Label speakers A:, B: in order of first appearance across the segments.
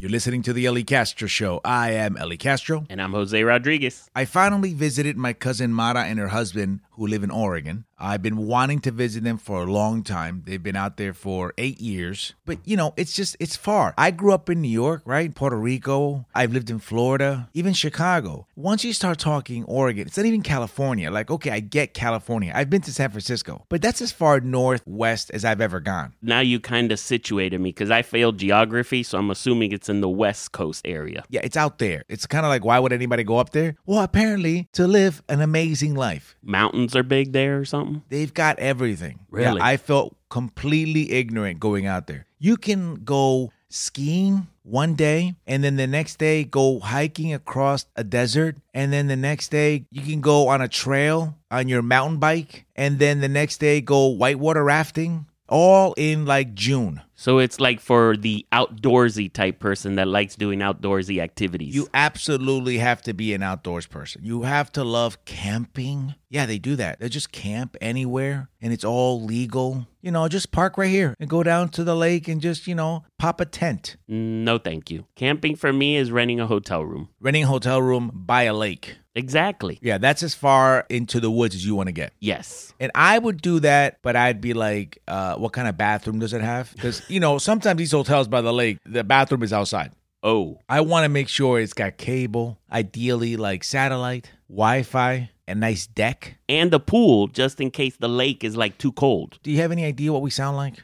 A: You're listening to the Ellie Castro Show. I am Ellie Castro.
B: And I'm Jose Rodriguez.
A: I finally visited my cousin Mara and her husband who live in Oregon. I've been wanting to visit them for a long time. They've been out there for eight years. But you know, it's just it's far. I grew up in New York, right? Puerto Rico. I've lived in Florida, even Chicago. Once you start talking Oregon, it's not even California. Like, okay, I get California. I've been to San Francisco, but that's as far northwest as I've ever gone.
B: Now you kind of situated me because I failed geography, so I'm assuming it's in the West Coast area.
A: Yeah, it's out there. It's kind of like why would anybody go up there? Well, apparently to live an amazing life.
B: Mountains are big there or something.
A: They've got everything.
B: Really?
A: Yeah, I felt completely ignorant going out there. You can go skiing one day and then the next day go hiking across a desert and then the next day you can go on a trail on your mountain bike and then the next day go whitewater rafting all in like June.
B: So it's like for the outdoorsy type person that likes doing outdoorsy activities.
A: You absolutely have to be an outdoors person. You have to love camping. Yeah, they do that. They just camp anywhere and it's all legal. You know, just park right here and go down to the lake and just, you know, pop a tent.
B: no, thank you. Camping for me is renting a hotel room.
A: Renting a hotel room by a lake.
B: Exactly.
A: Yeah, that's as far into the woods as you want to get.
B: Yes.
A: And I would do that, but I'd be like, uh, what kind of bathroom does it have? Because, you know, sometimes these hotels by the lake, the bathroom is outside.
B: Oh,
A: I want to make sure it's got cable, ideally like satellite, Wi Fi, a nice deck.
B: and a pool just in case the lake is like too cold.
A: Do you have any idea what we sound like?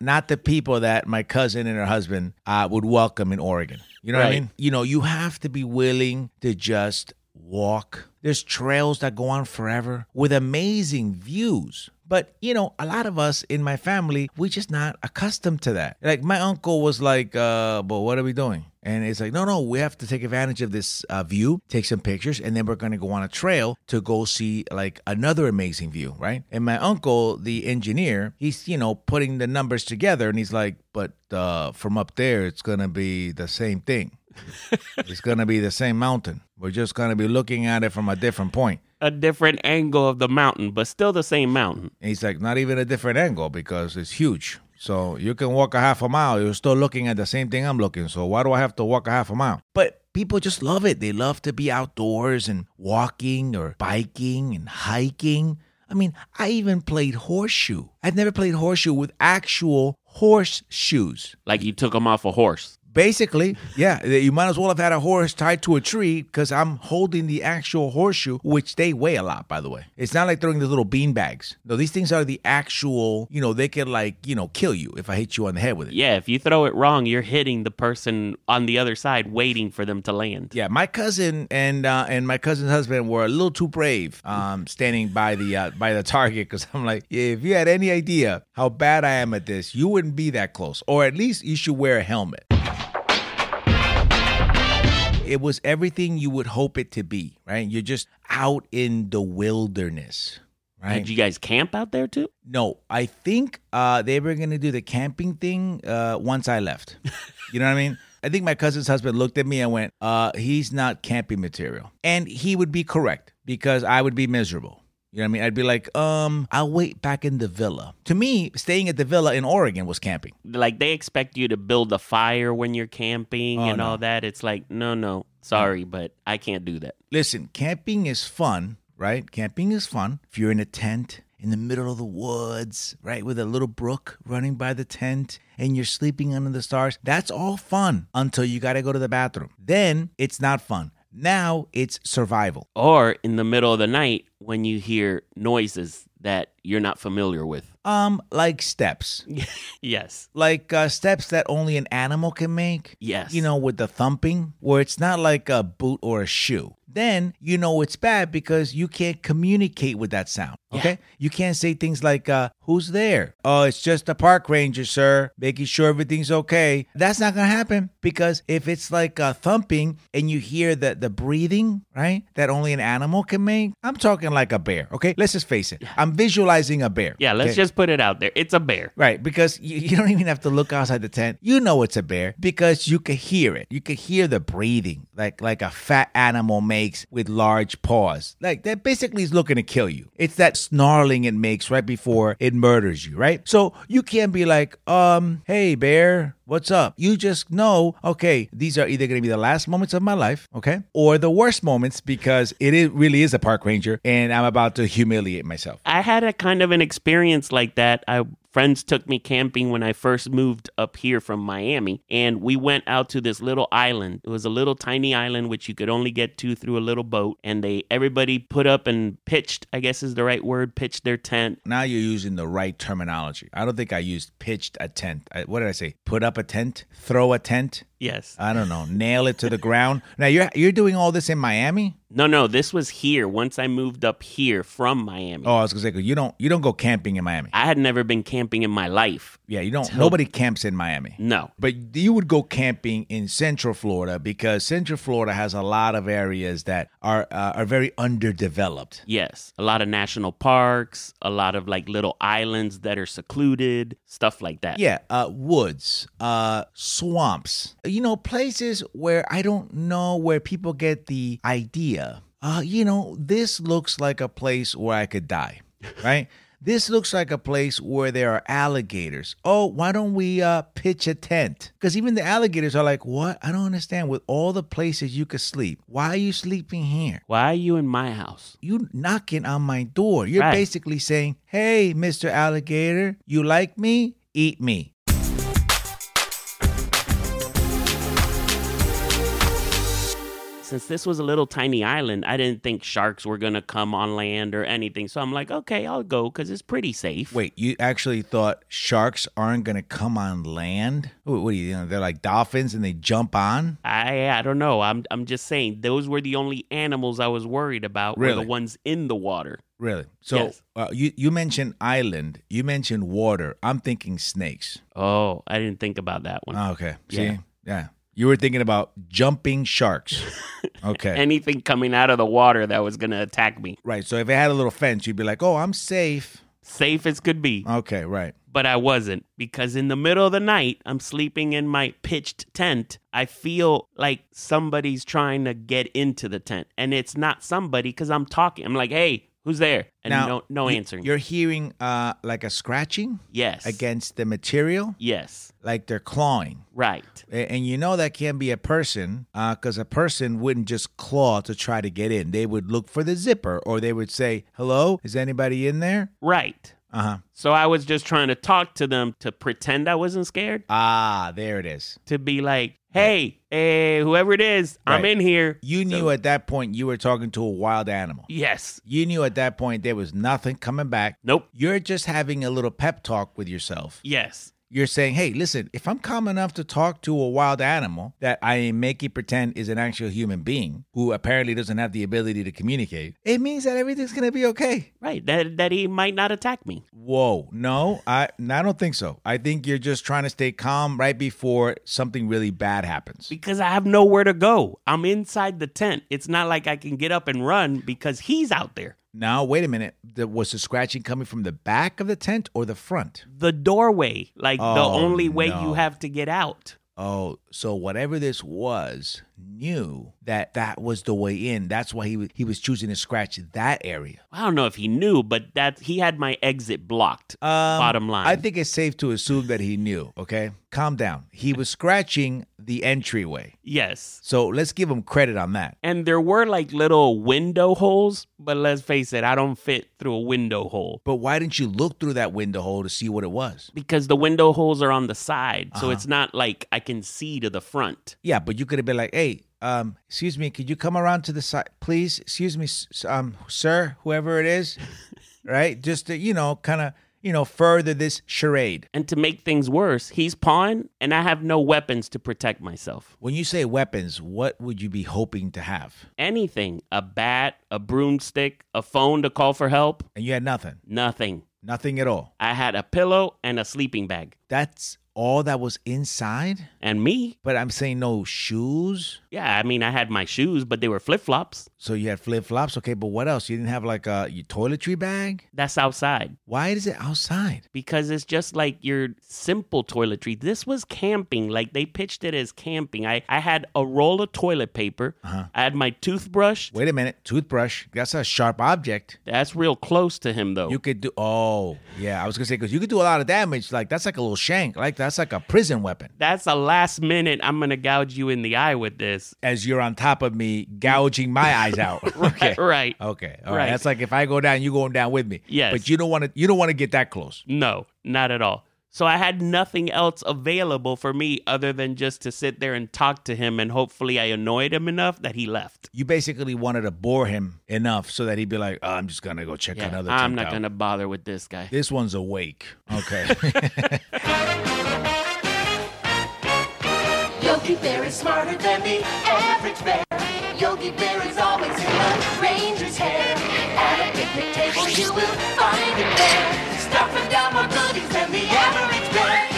A: Not the people that my cousin and her husband uh, would welcome in Oregon. You know what I
B: Right.
A: mean? You know, you have to be willing to just walk. There's trails that go on forever with amazing views. But, you know, a lot of us in my family, we're just not accustomed to that. Like, my uncle was like, uh, but what are we doing? And it's like, no, no, we have to take advantage of this uh, view, take some pictures, and then we're going to go on a trail to go see like another amazing view, right? And my uncle, the engineer, he's, you know, putting the numbers together and he's like, but uh, from up there, it's going to be the same thing. it's going to be the same mountain. We're just going to be looking at it from a different point.
B: A different angle of the mountain, but still the same mountain.
A: And he's like, not even a different angle because it's huge. So you can walk a half a mile. You're still looking at the same thing I'm looking. So why do I have to walk a half a mile? But people just love it. They love to be outdoors and walking or biking and hiking. I mean, I even played horseshoe. I've never played horseshoe with actual horse shoes.
B: Like you took them off a horse.
A: Basically, yeah, that you might as well have had a horse tied to a tree because I'm holding the actual horseshoe, which they weigh a lot, by the way. It's not like throwing the little bean bags. No, these things are the actual, you know, they can like, you know, kill you if I hit you on the head with it.
B: Yeah, if you throw it wrong, you're hitting the person on the other side waiting for them to land.
A: Yeah, my cousin and uh, and my cousin's husband were a little too brave, um, standing by the uh, by the target. Because I'm like, if you had any idea how bad I am at this, you wouldn't be that close, or at least you should wear a helmet. It was everything you would hope it to be, right? You're just out in the wilderness, right?
B: Did you guys camp out there too?
A: No, I think uh, they were gonna do the camping thing uh, once I left. you know what I mean? I think my cousin's husband looked at me and went, uh, "He's not camping material," and he would be correct because I would be miserable. You know what I mean? I'd be like, um, I'll wait back in the villa. To me, staying at the villa in Oregon was camping.
B: Like they expect you to build a fire when you're camping
A: Oh,
B: and
A: no.
B: all that. It's like, no, no, sorry, but I can't do that.
A: Listen, camping is fun, right? Camping is fun. If you're in a tent in the middle of the woods, right, with a little brook running by the tent and you're sleeping under the stars, that's all fun until you got to go to the bathroom. Then it's not fun. Now it's survival.
B: Or in the middle of the night when you hear noises that you're not familiar with.
A: Um, like steps,
B: Yes.
A: like uh, steps that only an animal can make.
B: Yes.
A: you know, with the thumping, where it's not like a boot or a shoe. Then you know it's bad because you can't communicate with that sound. Okay, you can't say things like uh, "Who's there?" "Oh, it's just the park ranger, sir, making sure everything's okay." That's not gonna happen because if it's like uh, thumping and you hear the the breathing, right, that only an animal can make. I'm talking like a bear. Okay, let's just face it. I'm visualizing a bear.
B: Yeah, let's
A: okay?
B: just put it out there. It's a bear.
A: Right, because you, you don't even have to look outside the tent. You know it's a bear because you can hear it. You can hear the breathing, like like a fat animal makes with large paws. Like that basically is looking to kill you. It's that snarling it makes right before it murders you, right? So you can't be like, um, hey bear, What's up? You just know, okay, these are either going to be the last moments of my life, okay, or the worst moments because it is, really is a park ranger and I'm about to humiliate myself.
B: I had a kind of an experience like that. I friends took me camping when I first moved up here from Miami, and we went out to this little island. It was a little tiny island which you could only get to through a little boat, and they everybody put up and pitched, I guess is the right word, pitched their tent.
A: Now you're using the right terminology. I don't think I used pitched a tent. I, what did I say? Put up a tent? Throw a tent?
B: Yes.
A: I don't know. Nail it to the ground. Now you're you're doing all this in Miami?
B: No, no, this was here once I moved up here from Miami.
A: Oh, I was gonna say 'cause you don't you don't go camping in Miami.
B: I had never been camping in my life.
A: Yeah, you don't. Nobody camps in Miami.
B: No.
A: But you would go camping in Central Florida because Central Florida has a lot of areas that are uh, are very underdeveloped.
B: Yes. A lot of national parks, a lot of like little islands that are secluded, stuff like that.
A: Yeah, uh, woods, uh, swamps. You know, places where I don't know where people get the idea. Uh, you know, this looks like a place where I could die, right? this looks like a place where there are alligators. Oh, why don't we uh, pitch a tent? Because even the alligators are like, what? I don't understand. With all the places you could sleep, why are you sleeping here?
B: Why are you in my house?
A: you knocking on my door. You're
B: Right.
A: basically saying, "Hey, Mr. Alligator, you like me? Eat me."
B: Since this was a little tiny island, I didn't think sharks were going to come on land or anything. So I'm like, okay, I'll go because it's pretty safe.
A: Wait, you actually thought sharks aren't gonna come on land? What, what do you? you know, they're like dolphins and they jump on.
B: I I don't know. I'm I'm just saying those were the only animals I was worried about were
A: Really?
B: the ones in the water.
A: Really? So
B: Yes.
A: uh, you you mentioned island, you mentioned water. I'm thinking snakes.
B: Oh, I didn't think about that one.
A: Oh, okay. See?
B: Yeah.
A: Yeah. You were thinking about jumping sharks. Okay.
B: Anything coming out of the water that was going to attack me.
A: right. So if it had a little fence, you'd be like, "Oh, I'm safe."
B: Safe as could be.
A: Okay. Right.
B: but I wasn't because in the middle of the night, I'm sleeping in my pitched tent. I feel like somebody's trying to get into the tent, and it's not somebody because I'm talking. I'm like, "Hey, who's there?" And
A: Now,
B: no, no
A: you-
B: answering.
A: You're hearing uh like a scratching.
B: yes,
A: against the material,
B: Yes,
A: like they're clawing.
B: right.
A: A- And you know that can't be a person because a person wouldn't just claw to try to get in. They would look for the zipper or they would say, Hello, is anybody in there?
B: Right.
A: Uh huh.
B: So I was just trying to talk to them to pretend I wasn't scared,
A: Ah, there it is.
B: to be like, "Hey, eh, whoever it is, I'm
A: Right.
B: in here."
A: You knew at that point you were talking to a wild animal.
B: Yes.
A: You knew at that point there was nothing coming back.
B: Nope.
A: You're just having a little pep talk with yourself.
B: Yes.
A: You're saying, hey, listen, if I'm calm enough to talk to a wild animal that I make it pretend is an actual human being who apparently doesn't have the ability to communicate, it means that everything's gonna be okay.
B: Right. That that he might not attack me.
A: Whoa, no, I no, I don't think so. I think you're just trying to stay calm right before something really bad happens.
B: because I have nowhere to go. I'm inside the tent. It's not like I can get up and run because he's out there.
A: Now, wait a minute. The, was the scratching coming from the back of the tent or the front?
B: The doorway, like the
A: Oh,
B: only way
A: no.
B: you have to get out.
A: Oh, so whatever this was knew that that was the way in. That's why he wa- he was choosing to scratch that area.
B: I don't know if he knew, but that he had my exit blocked. bottom line.
A: Um, I think it's safe to assume that he knew, okay? Calm down. He was scratching the entryway.
B: yes.
A: So let's give him credit on that.
B: And there were like little window holes, but let's face it, I don't fit through a window hole
A: But why didn't you look through that window hole to see what it was?
B: because the window holes are on the side.
A: Uh-huh.
B: So it's not like I can see to the front.
A: Yeah, but you could have been like, hey, um, excuse me, could you come around to the side, please? Excuse me, s- s- um, sir, whoever it is, right? Just to, you know, kind of, you know, further this charade.
B: And to make things worse, he's pawing and I have no weapons to protect myself.
A: When you say weapons, what would you be hoping to have?
B: anything a bat, a broomstick, a phone to call for help,
A: And you had nothing,
B: nothing.
A: nothing at all.
B: I had a pillow and a sleeping bag.
A: That's all that was inside?
B: And me,
A: But I'm saying no shoes.
B: yeah, I mean, I had my shoes, but they were flip flops.
A: So you had flip flops. Okay, but what else? You didn't have like a your toiletry bag.
B: That's outside
A: Why is it outside?
B: because it's just like your simple toiletry. This was camping, like they pitched it as camping. I, I had a roll of toilet paper, I had my toothbrush.
A: Wait a minute, toothbrush. That's a sharp object.
B: That's real close to him, though.
A: You could do. Oh, yeah. I was gonna say because you could do a lot of damage. Like that's like a little shank. Like that. That's like a prison weapon.
B: That's a last minute. I'm gonna gouge you in the eye with this.
A: As you're on top of me, gouging my eyes out. okay.
B: Right.
A: Okay. All right.
B: Right.
A: That's like if I go down, you going down with me.
B: Yes.
A: But you don't want to. You don't want to get that close.
B: No, not at all. So I had nothing else available for me other than just to sit there and talk to him, and hopefully I annoyed him enough that he left.
A: You basically wanted to bore him enough so that he'd be like, oh, "I'm just gonna go check
B: Yeah,
A: another."
B: I'm
A: chick
B: not
A: out.
B: gonna bother with this guy.
A: This one's awake. Okay.
C: Yogi Bear is smarter than the average bear. Yogi Bear is always in a ranger's hair. At a picnic table, you will find him there, stuffing down more goodies than the average bear.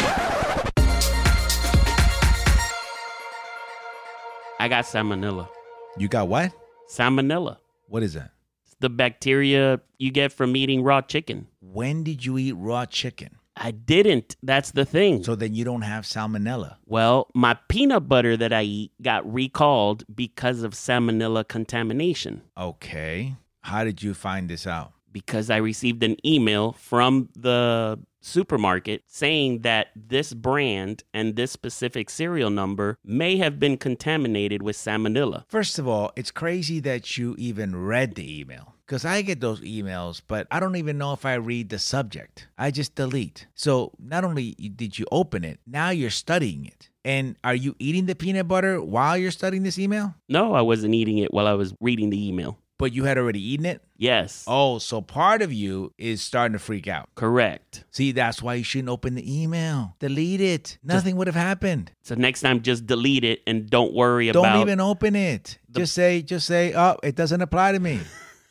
B: I got salmonella.
A: you got what?
B: Salmonella.
A: What is that?
B: It's the bacteria you get from eating raw chicken.
A: When did you eat raw chicken?
B: I didn't. That's the thing.
A: So then you don't have salmonella.
B: Well, my peanut butter that I eat got recalled because of salmonella contamination.
A: Okay. How did you find this out?
B: Because I received an email from the supermarket saying that this brand and this specific serial number may have been contaminated with salmonella.
A: First of all, it's crazy that you even read the email because I get those emails, but I don't even know if I read the subject. I just delete. So not only did you open it, now you're studying it. And are you eating the peanut butter while you're studying this email?
B: No, I wasn't eating it while I was reading the email.
A: But you had already eaten it?
B: Yes.
A: Oh, so part of you is starting to freak out.
B: Correct.
A: See, that's why you shouldn't open the email. Delete it. Nothing would have happened.
B: So next time, just delete it and don't worry
A: Don't
B: about
A: even open it. just say, just say, oh, it doesn't apply to me.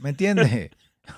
A: ¿Me entiende?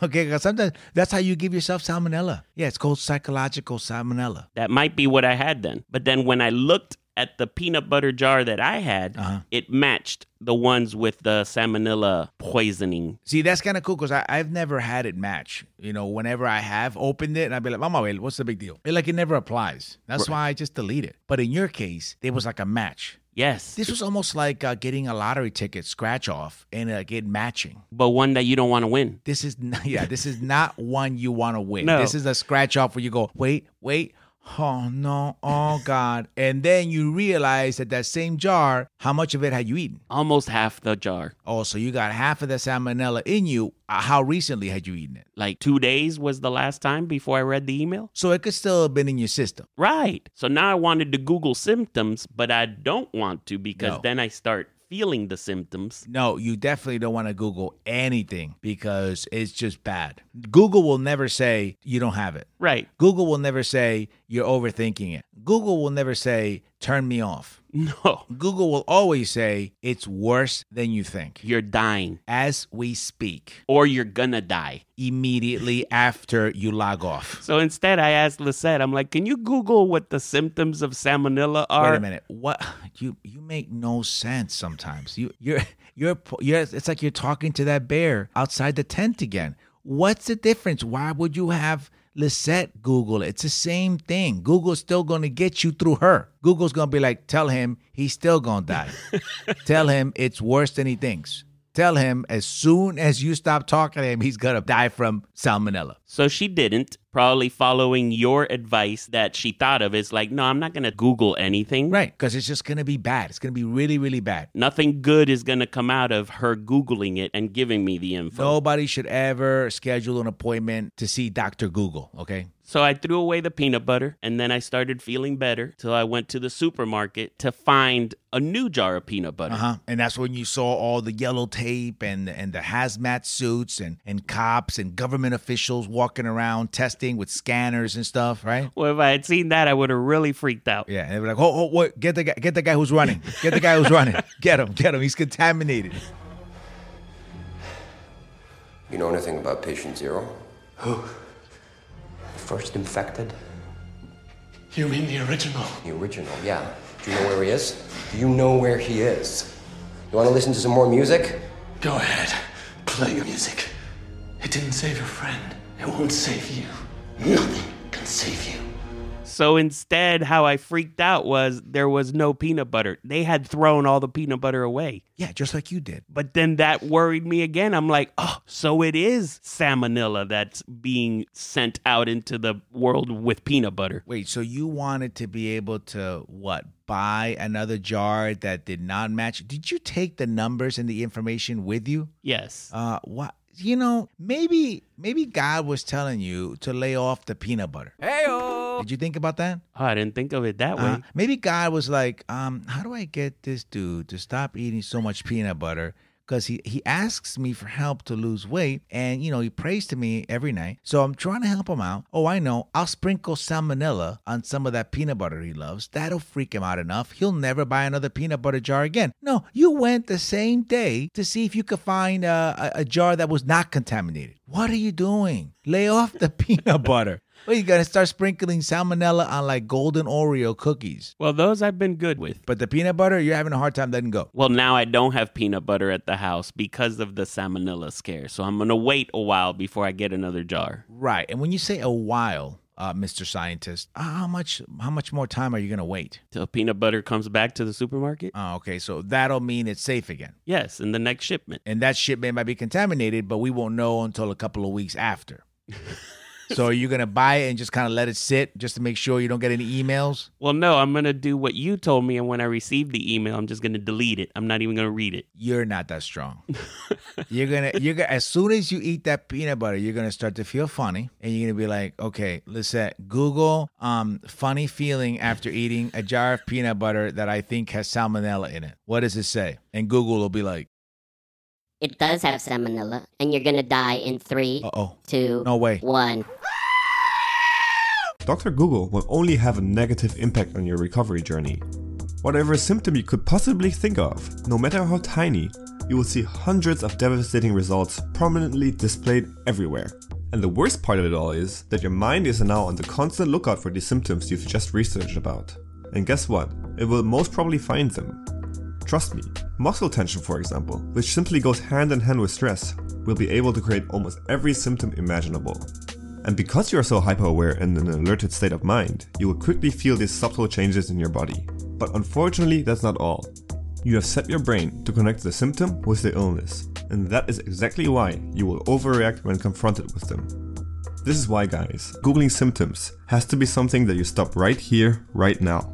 A: okay, 'cause sometimes that's how you give yourself salmonella. Yeah, it's called psychological salmonella.
B: That might be what I had then. But then when I looked at the peanut butter jar that I had,
A: Uh-huh.
B: it matched the ones with the salmonella poisoning.
A: See, that's kind of cool because I've never had it match. You know, whenever I have opened it, and I'd be like, Mama, a ver, what's the big deal? It, like, it never applies. That's why I just delete it. But in your case, there was like a match.
B: Yes.
A: This was almost like uh, getting a lottery ticket scratch off and uh, get matching.
B: but one that you don't want to win.
A: This is not, yeah, this is not one you want to win.
B: No.
A: This is a scratch off where you go, wait, wait, oh no, oh god, and then you realize that that same jar, how much of it had you eaten?
B: Almost half the jar.
A: Oh, so you got half of the salmonella in you. Uh, How recently had you eaten it?
B: Like two days was the last time before I read the email.
A: So it could still have been in your system.
B: Right. So now I wanted to Google symptoms, but I don't want to because
A: No.
B: then I start feeling the symptoms.
A: No, you definitely don't want to Google anything because it's just bad. Google will never say you don't have it.
B: Right.
A: Google will never say you're overthinking it. Google will never say turn me off.
B: No.
A: Google will always say it's worse than you think.
B: You're dying
A: As we speak,
B: or you're gonna die.
A: immediately after you log off.
B: So instead, I asked Lisette, I'm like, can you Google what the symptoms of salmonella are?
A: Wait a minute. What you you make no sense sometimes. You you're you're you're it's like you're talking to that bear outside the tent again. What's the difference? Why would you have Lisette Google it? It's the same thing. Google's still going to get you through her. Google's going to be like, tell him he's still going to die. tell him it's worse than he thinks. Tell him as soon as you stop talking to him, he's going to die from salmonella.
B: So she didn't, probably following your advice that she thought of. It's like, no, I'm not going to Google anything.
A: Right. Because it's just going to be bad. It's going to be really, really bad.
B: Nothing good is going to come out of her Googling it and giving me the info.
A: Nobody should ever schedule an appointment to see Dr. Google, okay?
B: So I threw away the peanut butter and then I started feeling better till I went to the supermarket to find a new jar of peanut butter.
A: Uh-huh. And that's when you saw all the yellow tape and and the hazmat suits and and cops and government officials walking around testing with scanners and stuff, right?
B: Well, if I had seen that, I would have really freaked out.
A: Yeah, and they were like, "Oh, oh, what? Get the guy! Get the guy who's running! Get the guy who's running! Get him! Get him! He's contaminated."
D: You know anything about patient zero?
E: First infected?
D: You mean the original?
E: The original, yeah. Do you know where he is? Do you know where he is? You want to listen to some more music?
D: Go ahead. Play your music. It didn't save your friend. It won't save you. Nothing can save you.
B: So instead, how I freaked out was there was no peanut butter. They had thrown all the peanut butter away.
A: Yeah, just like you did.
B: But then that worried me again. I'm like, oh, so it is salmonella that's being sent out into the world with peanut butter.
A: Wait, so you wanted to be able to what? Buy another jar that did not match. Did you take the numbers and the information with you?
B: Yes.
A: Uh, what? You know, maybe maybe God was telling you to lay off the peanut butter. Did you think about that?
B: Oh, I didn't think of it that way.
A: Uh, maybe God was like, um, how do I get this dude to stop eating so much peanut butter? Because he, he asks me for help to lose weight and, you know, he prays to me every night. So I'm trying to help him out. Oh, I know. I'll sprinkle salmonella on some of that peanut butter he loves. That'll freak him out enough. He'll never buy another peanut butter jar again. No, you went the same day to see if you could find uh, a, a jar that was not contaminated. What are you doing? Lay off the peanut butter. Well, you gotta start sprinkling salmonella on like golden Oreo cookies.
B: well, those I've been good with.
A: But the peanut butter, you're having a hard time letting go.
B: Well, now I don't have peanut butter at the house because of the salmonella scare. So I'm going to wait a while before I get another jar.
A: Right. And when you say a while, uh, Mr. Scientist, uh, how much how much more time are you gonna wait?
B: Till peanut butter comes back to the supermarket?
A: Oh, okay, so that'll mean it's safe again.
B: Yes, in the next shipment.
A: And that shipment might be contaminated, but we won't know until a couple of weeks after. so you're gonna buy it and just kind of let it sit just to make sure you don't get any emails?
B: Well, no, I'm going to do what you told me. And when I receive the email, I'm just going to delete it. I'm not even going to read it.
A: You're not that strong. you're gonna you're gonna as soon as you eat that peanut butter, you're gonna start to feel funny, and you're gonna be like, okay, listen, Google um funny feeling after eating a jar of peanut butter that I think has salmonella in it. What does it say? And Google will be like,
F: It does have salmonella, and you're gonna die in three,
A: uh oh,
F: two,
A: no way.
F: one.
G: Dr. Google will only have a negative impact on your recovery journey. Whatever symptom you could possibly think of, no matter how tiny, you will see hundreds of devastating results prominently displayed everywhere. And the worst part of it all is that your mind is now on the constant lookout for these symptoms you've just researched about. And guess what? It will most probably find them. Trust me, muscle tension, for example, which simply goes hand in hand with stress, will be able to create almost every symptom imaginable. And because you are so hyper aware and in an alerted state of mind, you will quickly feel these subtle changes in your body. But unfortunately, that's not all. You have set your brain to connect the symptom with the illness, and that is exactly why you will overreact when confronted with them. This is why, guys, Googling symptoms has to be something that you stop right here, right now.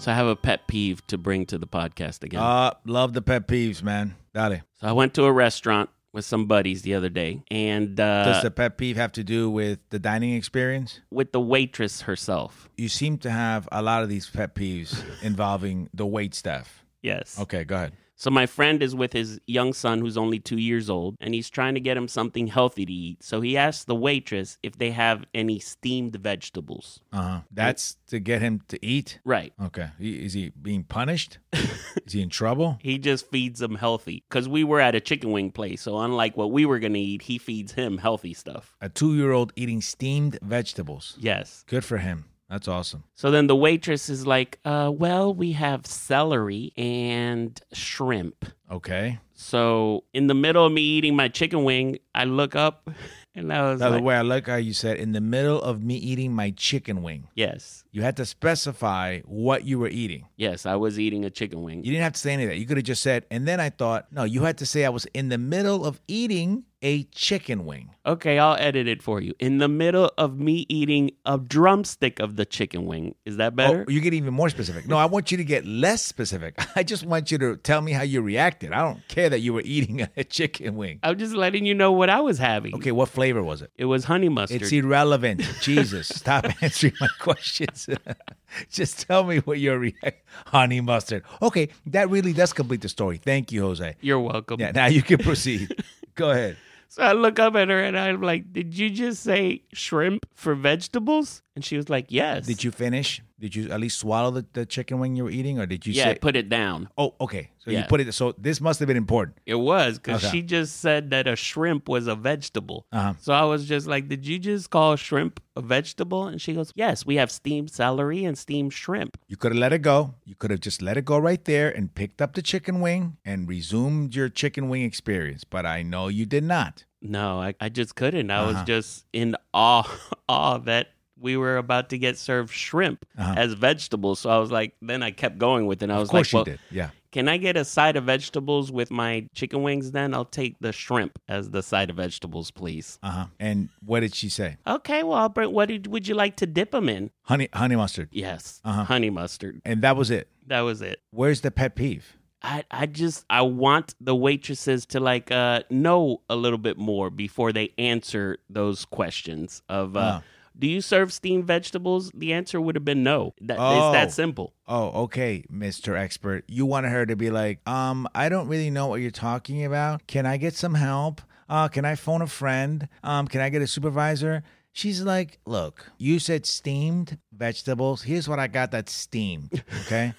B: So I have a pet peeve to bring to the podcast again.
A: Uh, love the pet peeves, man. Dale.
B: so I went to a restaurant with some buddies the other day. And uh,
A: Does the pet peeve have to do with the dining experience?
B: with the waitress herself.
A: You seem to have a lot of these pet peeves involving the wait staff.
B: Yes.
A: Okay, go ahead.
B: So my friend is with his young son who's only two years old, and he's trying to get him something healthy to eat. So he asks the waitress if they have any steamed vegetables.
A: Uh huh. That's to get him to eat.
B: Right.
A: Okay. He- Is he being punished? Is he in trouble?
B: He just feeds them healthy. Because we were at a chicken wing place, so unlike what we were going to eat, he feeds him healthy stuff.
A: A two year old eating steamed vegetables.
B: Yes.
A: Good for him. That's awesome.
B: So then the waitress is like, uh, well, we have celery and shrimp.
A: Okay.
B: So in the middle of me eating my chicken wing, I look up and I was
A: By the
B: like,
A: way, I like how you said in the middle of me eating my chicken wing,
B: yes,
A: you had to specify what you were eating.
B: yes, I was eating a chicken wing.
A: You didn't have to say any of that. You could have just said, and then I thought, no, you had to say I was in the middle of eating a chicken wing.
B: Okay, I'll edit it for you. In the middle of me eating a drumstick of the chicken wing. Is that better?
A: Oh, you get even more specific. No, I want you to get less specific. I just want you to tell me how you reacted. I don't care that you were eating a chicken wing.
B: I'm just letting you know what I was having.
A: Okay, what flavor was it?
B: It was honey mustard.
A: It's irrelevant. Jesus, stop answering my questions. Just tell me what your react. Honey mustard. Okay, that really does complete the story. Thank you, Jose.
B: You're welcome.
A: Yeah, now you can proceed. Go ahead.
B: So I look up at her and I'm like, Did you just say shrimp for vegetables? And she was like, Yes.
A: Did you finish? Did you at least swallow the, the chicken wing you were eating, or did you
B: Yeah, I
A: say?
B: put it down.
A: oh, okay. So you
B: Yeah.
A: put it. So this must have been important.
B: It was because
A: Okay.
B: she just said that a shrimp was a vegetable.
A: Uh-huh.
B: So I was just like, Did you just call shrimp a vegetable? And she goes, Yes, we have steamed celery and steamed shrimp.
A: You could have let it go. You could have just let it go right there and picked up the chicken wing and resumed your chicken wing experience. But I know you did not.
B: No, I, I just couldn't. I
A: Uh-huh.
B: was just in awe, awe that we were about to get served shrimp as vegetables. So I was like, then I kept going with it. I was
A: Uh-huh. Of course
B: like, well,
A: you did. Yeah.
B: can I get a side of vegetables with my chicken wings then? I'll take the shrimp as the side of vegetables, please.
A: Uh huh. And what did she say?
B: Okay, well, I'll bring, what did, would you like to dip them in?
A: Honey, honey mustard.
B: Yes,
A: Uh-huh.
B: honey mustard.
A: And that was it.
B: That was it.
A: Where's the pet peeve?
B: I, I just I want the waitresses to like uh know a little bit more before they answer those questions of uh,
A: Uh.
B: do you serve steamed vegetables? The answer would have been no. That it's
A: Oh.
B: that simple.
A: Oh, okay, Mr. Expert. You wanted her to be like, um, I don't really know what you're talking about. Can I get some help? Uh, can I phone a friend? Um, can I get a supervisor? She's like, look, you said steamed vegetables. Here's what I got that's steamed, okay?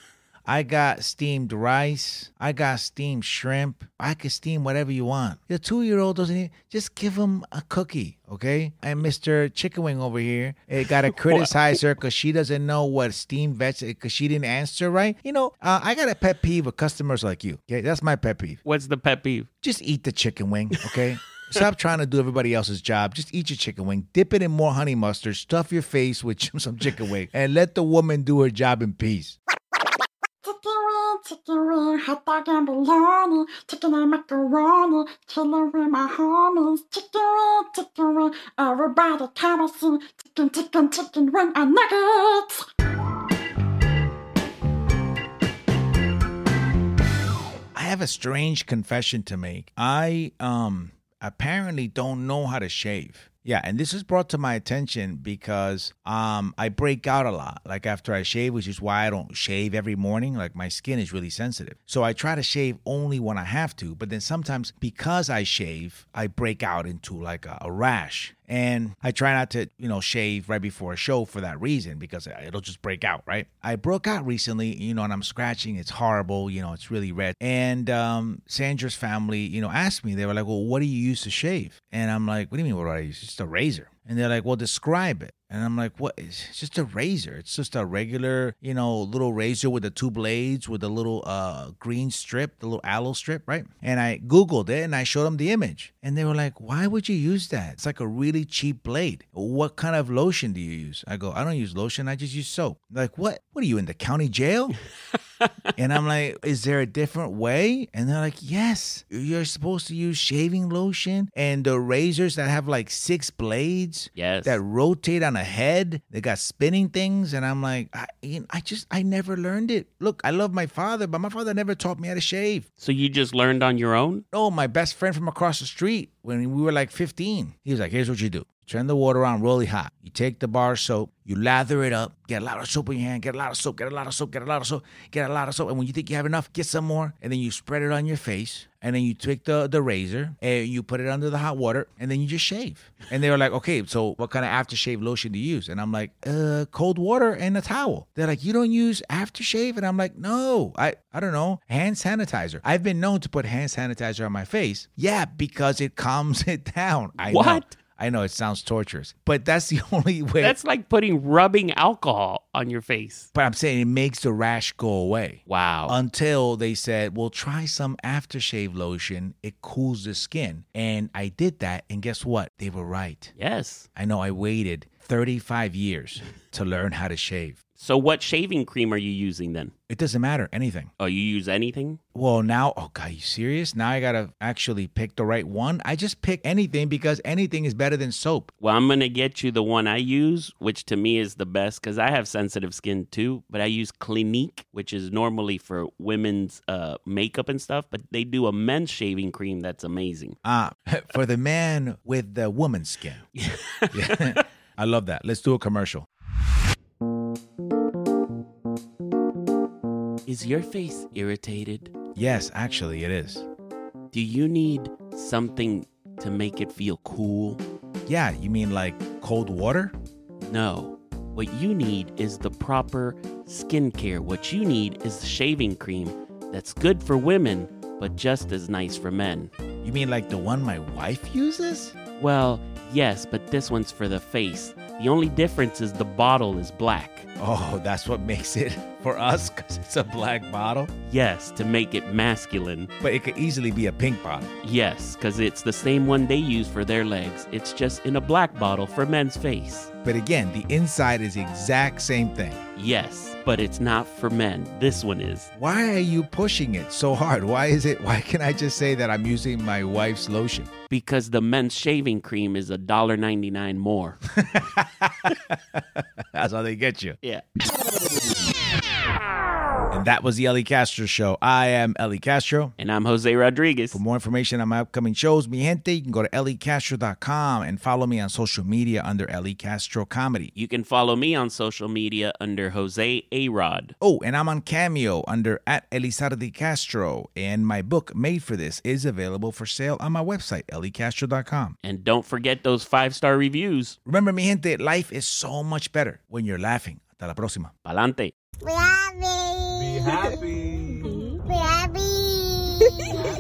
A: I got steamed rice. I got steamed shrimp. I can steam whatever you want. Your two year old doesn't even, just give him a cookie, okay? And Mr. Chicken Wing over here, it got to criticize her because she doesn't know what steamed vegetables, because she didn't answer right. You know, uh, I got a pet peeve with customers like you, okay? That's my pet peeve.
B: What's the pet peeve?
A: Just eat the chicken wing, okay? Stop trying to do everybody else's job. Just eat your chicken wing, dip it in more honey mustard, stuff your face with some chicken wing, and let the woman do her job in peace.
H: Chicken wing, chicken wing, hot dog and bologna, chicken and macaroni, chilling with my homies. Chicken wing, chicken wing, everybody come and sing. Chicken, chicken, chicken wing and nuggets.
A: I have a strange confession to make. I um apparently don't know how to shave. Yeah, and this was brought to my attention because um I break out a lot, like after I shave, which is why I don't shave every morning. Like my skin is really sensitive. So I try to shave only when I have to, but then sometimes because I shave, I break out into like a, a rash. And I try not to, you know, shave right before a show for that reason because it'll just break out, right? I broke out recently, you know, and I'm scratching. It's horrible, you know, it's really red. And um, Sandra's family, you know, asked me, they were like, well, what do you use to shave? And I'm like, what do you mean, what do I use? Just a razor. And they're like, well, describe it. And I'm like, what? It's just a razor. It's just a regular, you know, little razor with the two blades with a little uh, green strip, the little aloe strip, right? And I Googled it and I showed them the image. And they were like, why would you use that? It's like a really cheap blade. What kind of lotion do you use? I go, I don't use lotion. I just use soap. They're like, what? What are you in the county jail? and I'm like, is there a different way? And they're like, yes, you're supposed to use shaving lotion and the razors that have like six blades
B: Yes.
A: that rotate on a head. They got spinning things, and I'm like, I, you know, I just, I never learned it. Look, I love my father, but my father never taught me how to shave.
B: So you just learned on your own?
A: Oh, my best friend from across the street when we were like 15, he was like, here's what you do. Turn the water on really hot. You take the bar of soap, you lather it up, get a lot of soap in your hand, get a lot of soap, get a lot of soap, get a lot of soap, get a lot of soap. And when you think you have enough, get some more. And then you spread it on your face. And then you take the, the razor and you put it under the hot water and then you just shave. And they were like, okay, so what kind of aftershave lotion do you use? And I'm like, uh, cold water and a towel. They're like, you don't use aftershave? And I'm like, no, I, I don't know, hand sanitizer. I've been known to put hand sanitizer on my face. Yeah, because it calms it down. I know.
B: What?
A: I know it sounds torturous, but that's the only way.
B: That's like putting rubbing alcohol on your face.
A: but I'm saying it makes the rash go away.
B: Wow.
A: Until they said, well, try some aftershave lotion. It cools the skin. And I did that. And guess what? They were right.
B: yes.
A: I know I waited 35 years to learn how to shave.
B: So what shaving cream are you using then?
A: It doesn't matter anything.
B: Oh, you use anything?
A: Well, now, oh God, you serious? Now I gotta actually pick the right one. I just pick anything because anything is better than soap.
B: Well, I'm going to get you the one I use, which to me is the best because I have sensitive skin too. But I use Clinique, which is normally for women's uh, makeup and stuff, but they do a men's shaving cream that's amazing.
A: Ah, for the man with the woman's skin. Yeah. I love that. Let's do a commercial.
B: Is your face irritated?
A: Yes, actually, it is.
B: Do you need something to make it feel cool?
A: Yeah, you mean like cold water?
B: No. What you need is the proper skincare. What you need is shaving cream that's good for women, but just as nice for men.
A: You mean like the one my wife uses?
B: Well, yes, but this one's for the face. The only difference is the bottle is black.
A: Oh, that's what makes it for us because it's a black bottle,
B: Yes, to make it masculine.
A: but it could easily be a pink bottle.
B: Yes, because it's the same one they use for their legs. It's just in a black bottle for men's face.
A: But again, the inside is the exact same thing.
B: Yes, but it's not for men. This one is.
A: Why are you pushing it so hard? Why is it? Why can I just say that I'm using my wife's lotion?
B: Because the men's shaving cream is $1.99 more.
A: That's how they get you.
B: yeah.
A: And that was the Ellie Castro Show. I am Ellie Castro.
B: And I'm Jose Rodriguez.
A: For more information on my upcoming shows, mi gente, you can go to elliecastro.com and follow me on social media under Ellie Castro Comedy.
B: You can follow me on social media under Jose Arod.
A: Oh, and I'm on Cameo under at Elizardi Castro. And my book, Made for This, is available for sale on my website, elliecastro.com.
B: And don't forget those five star reviews.
A: Remember, mi gente, life is so much better when you're laughing. Hasta la próxima.
B: Palante.
I: Be happy. Be happy. Be happy.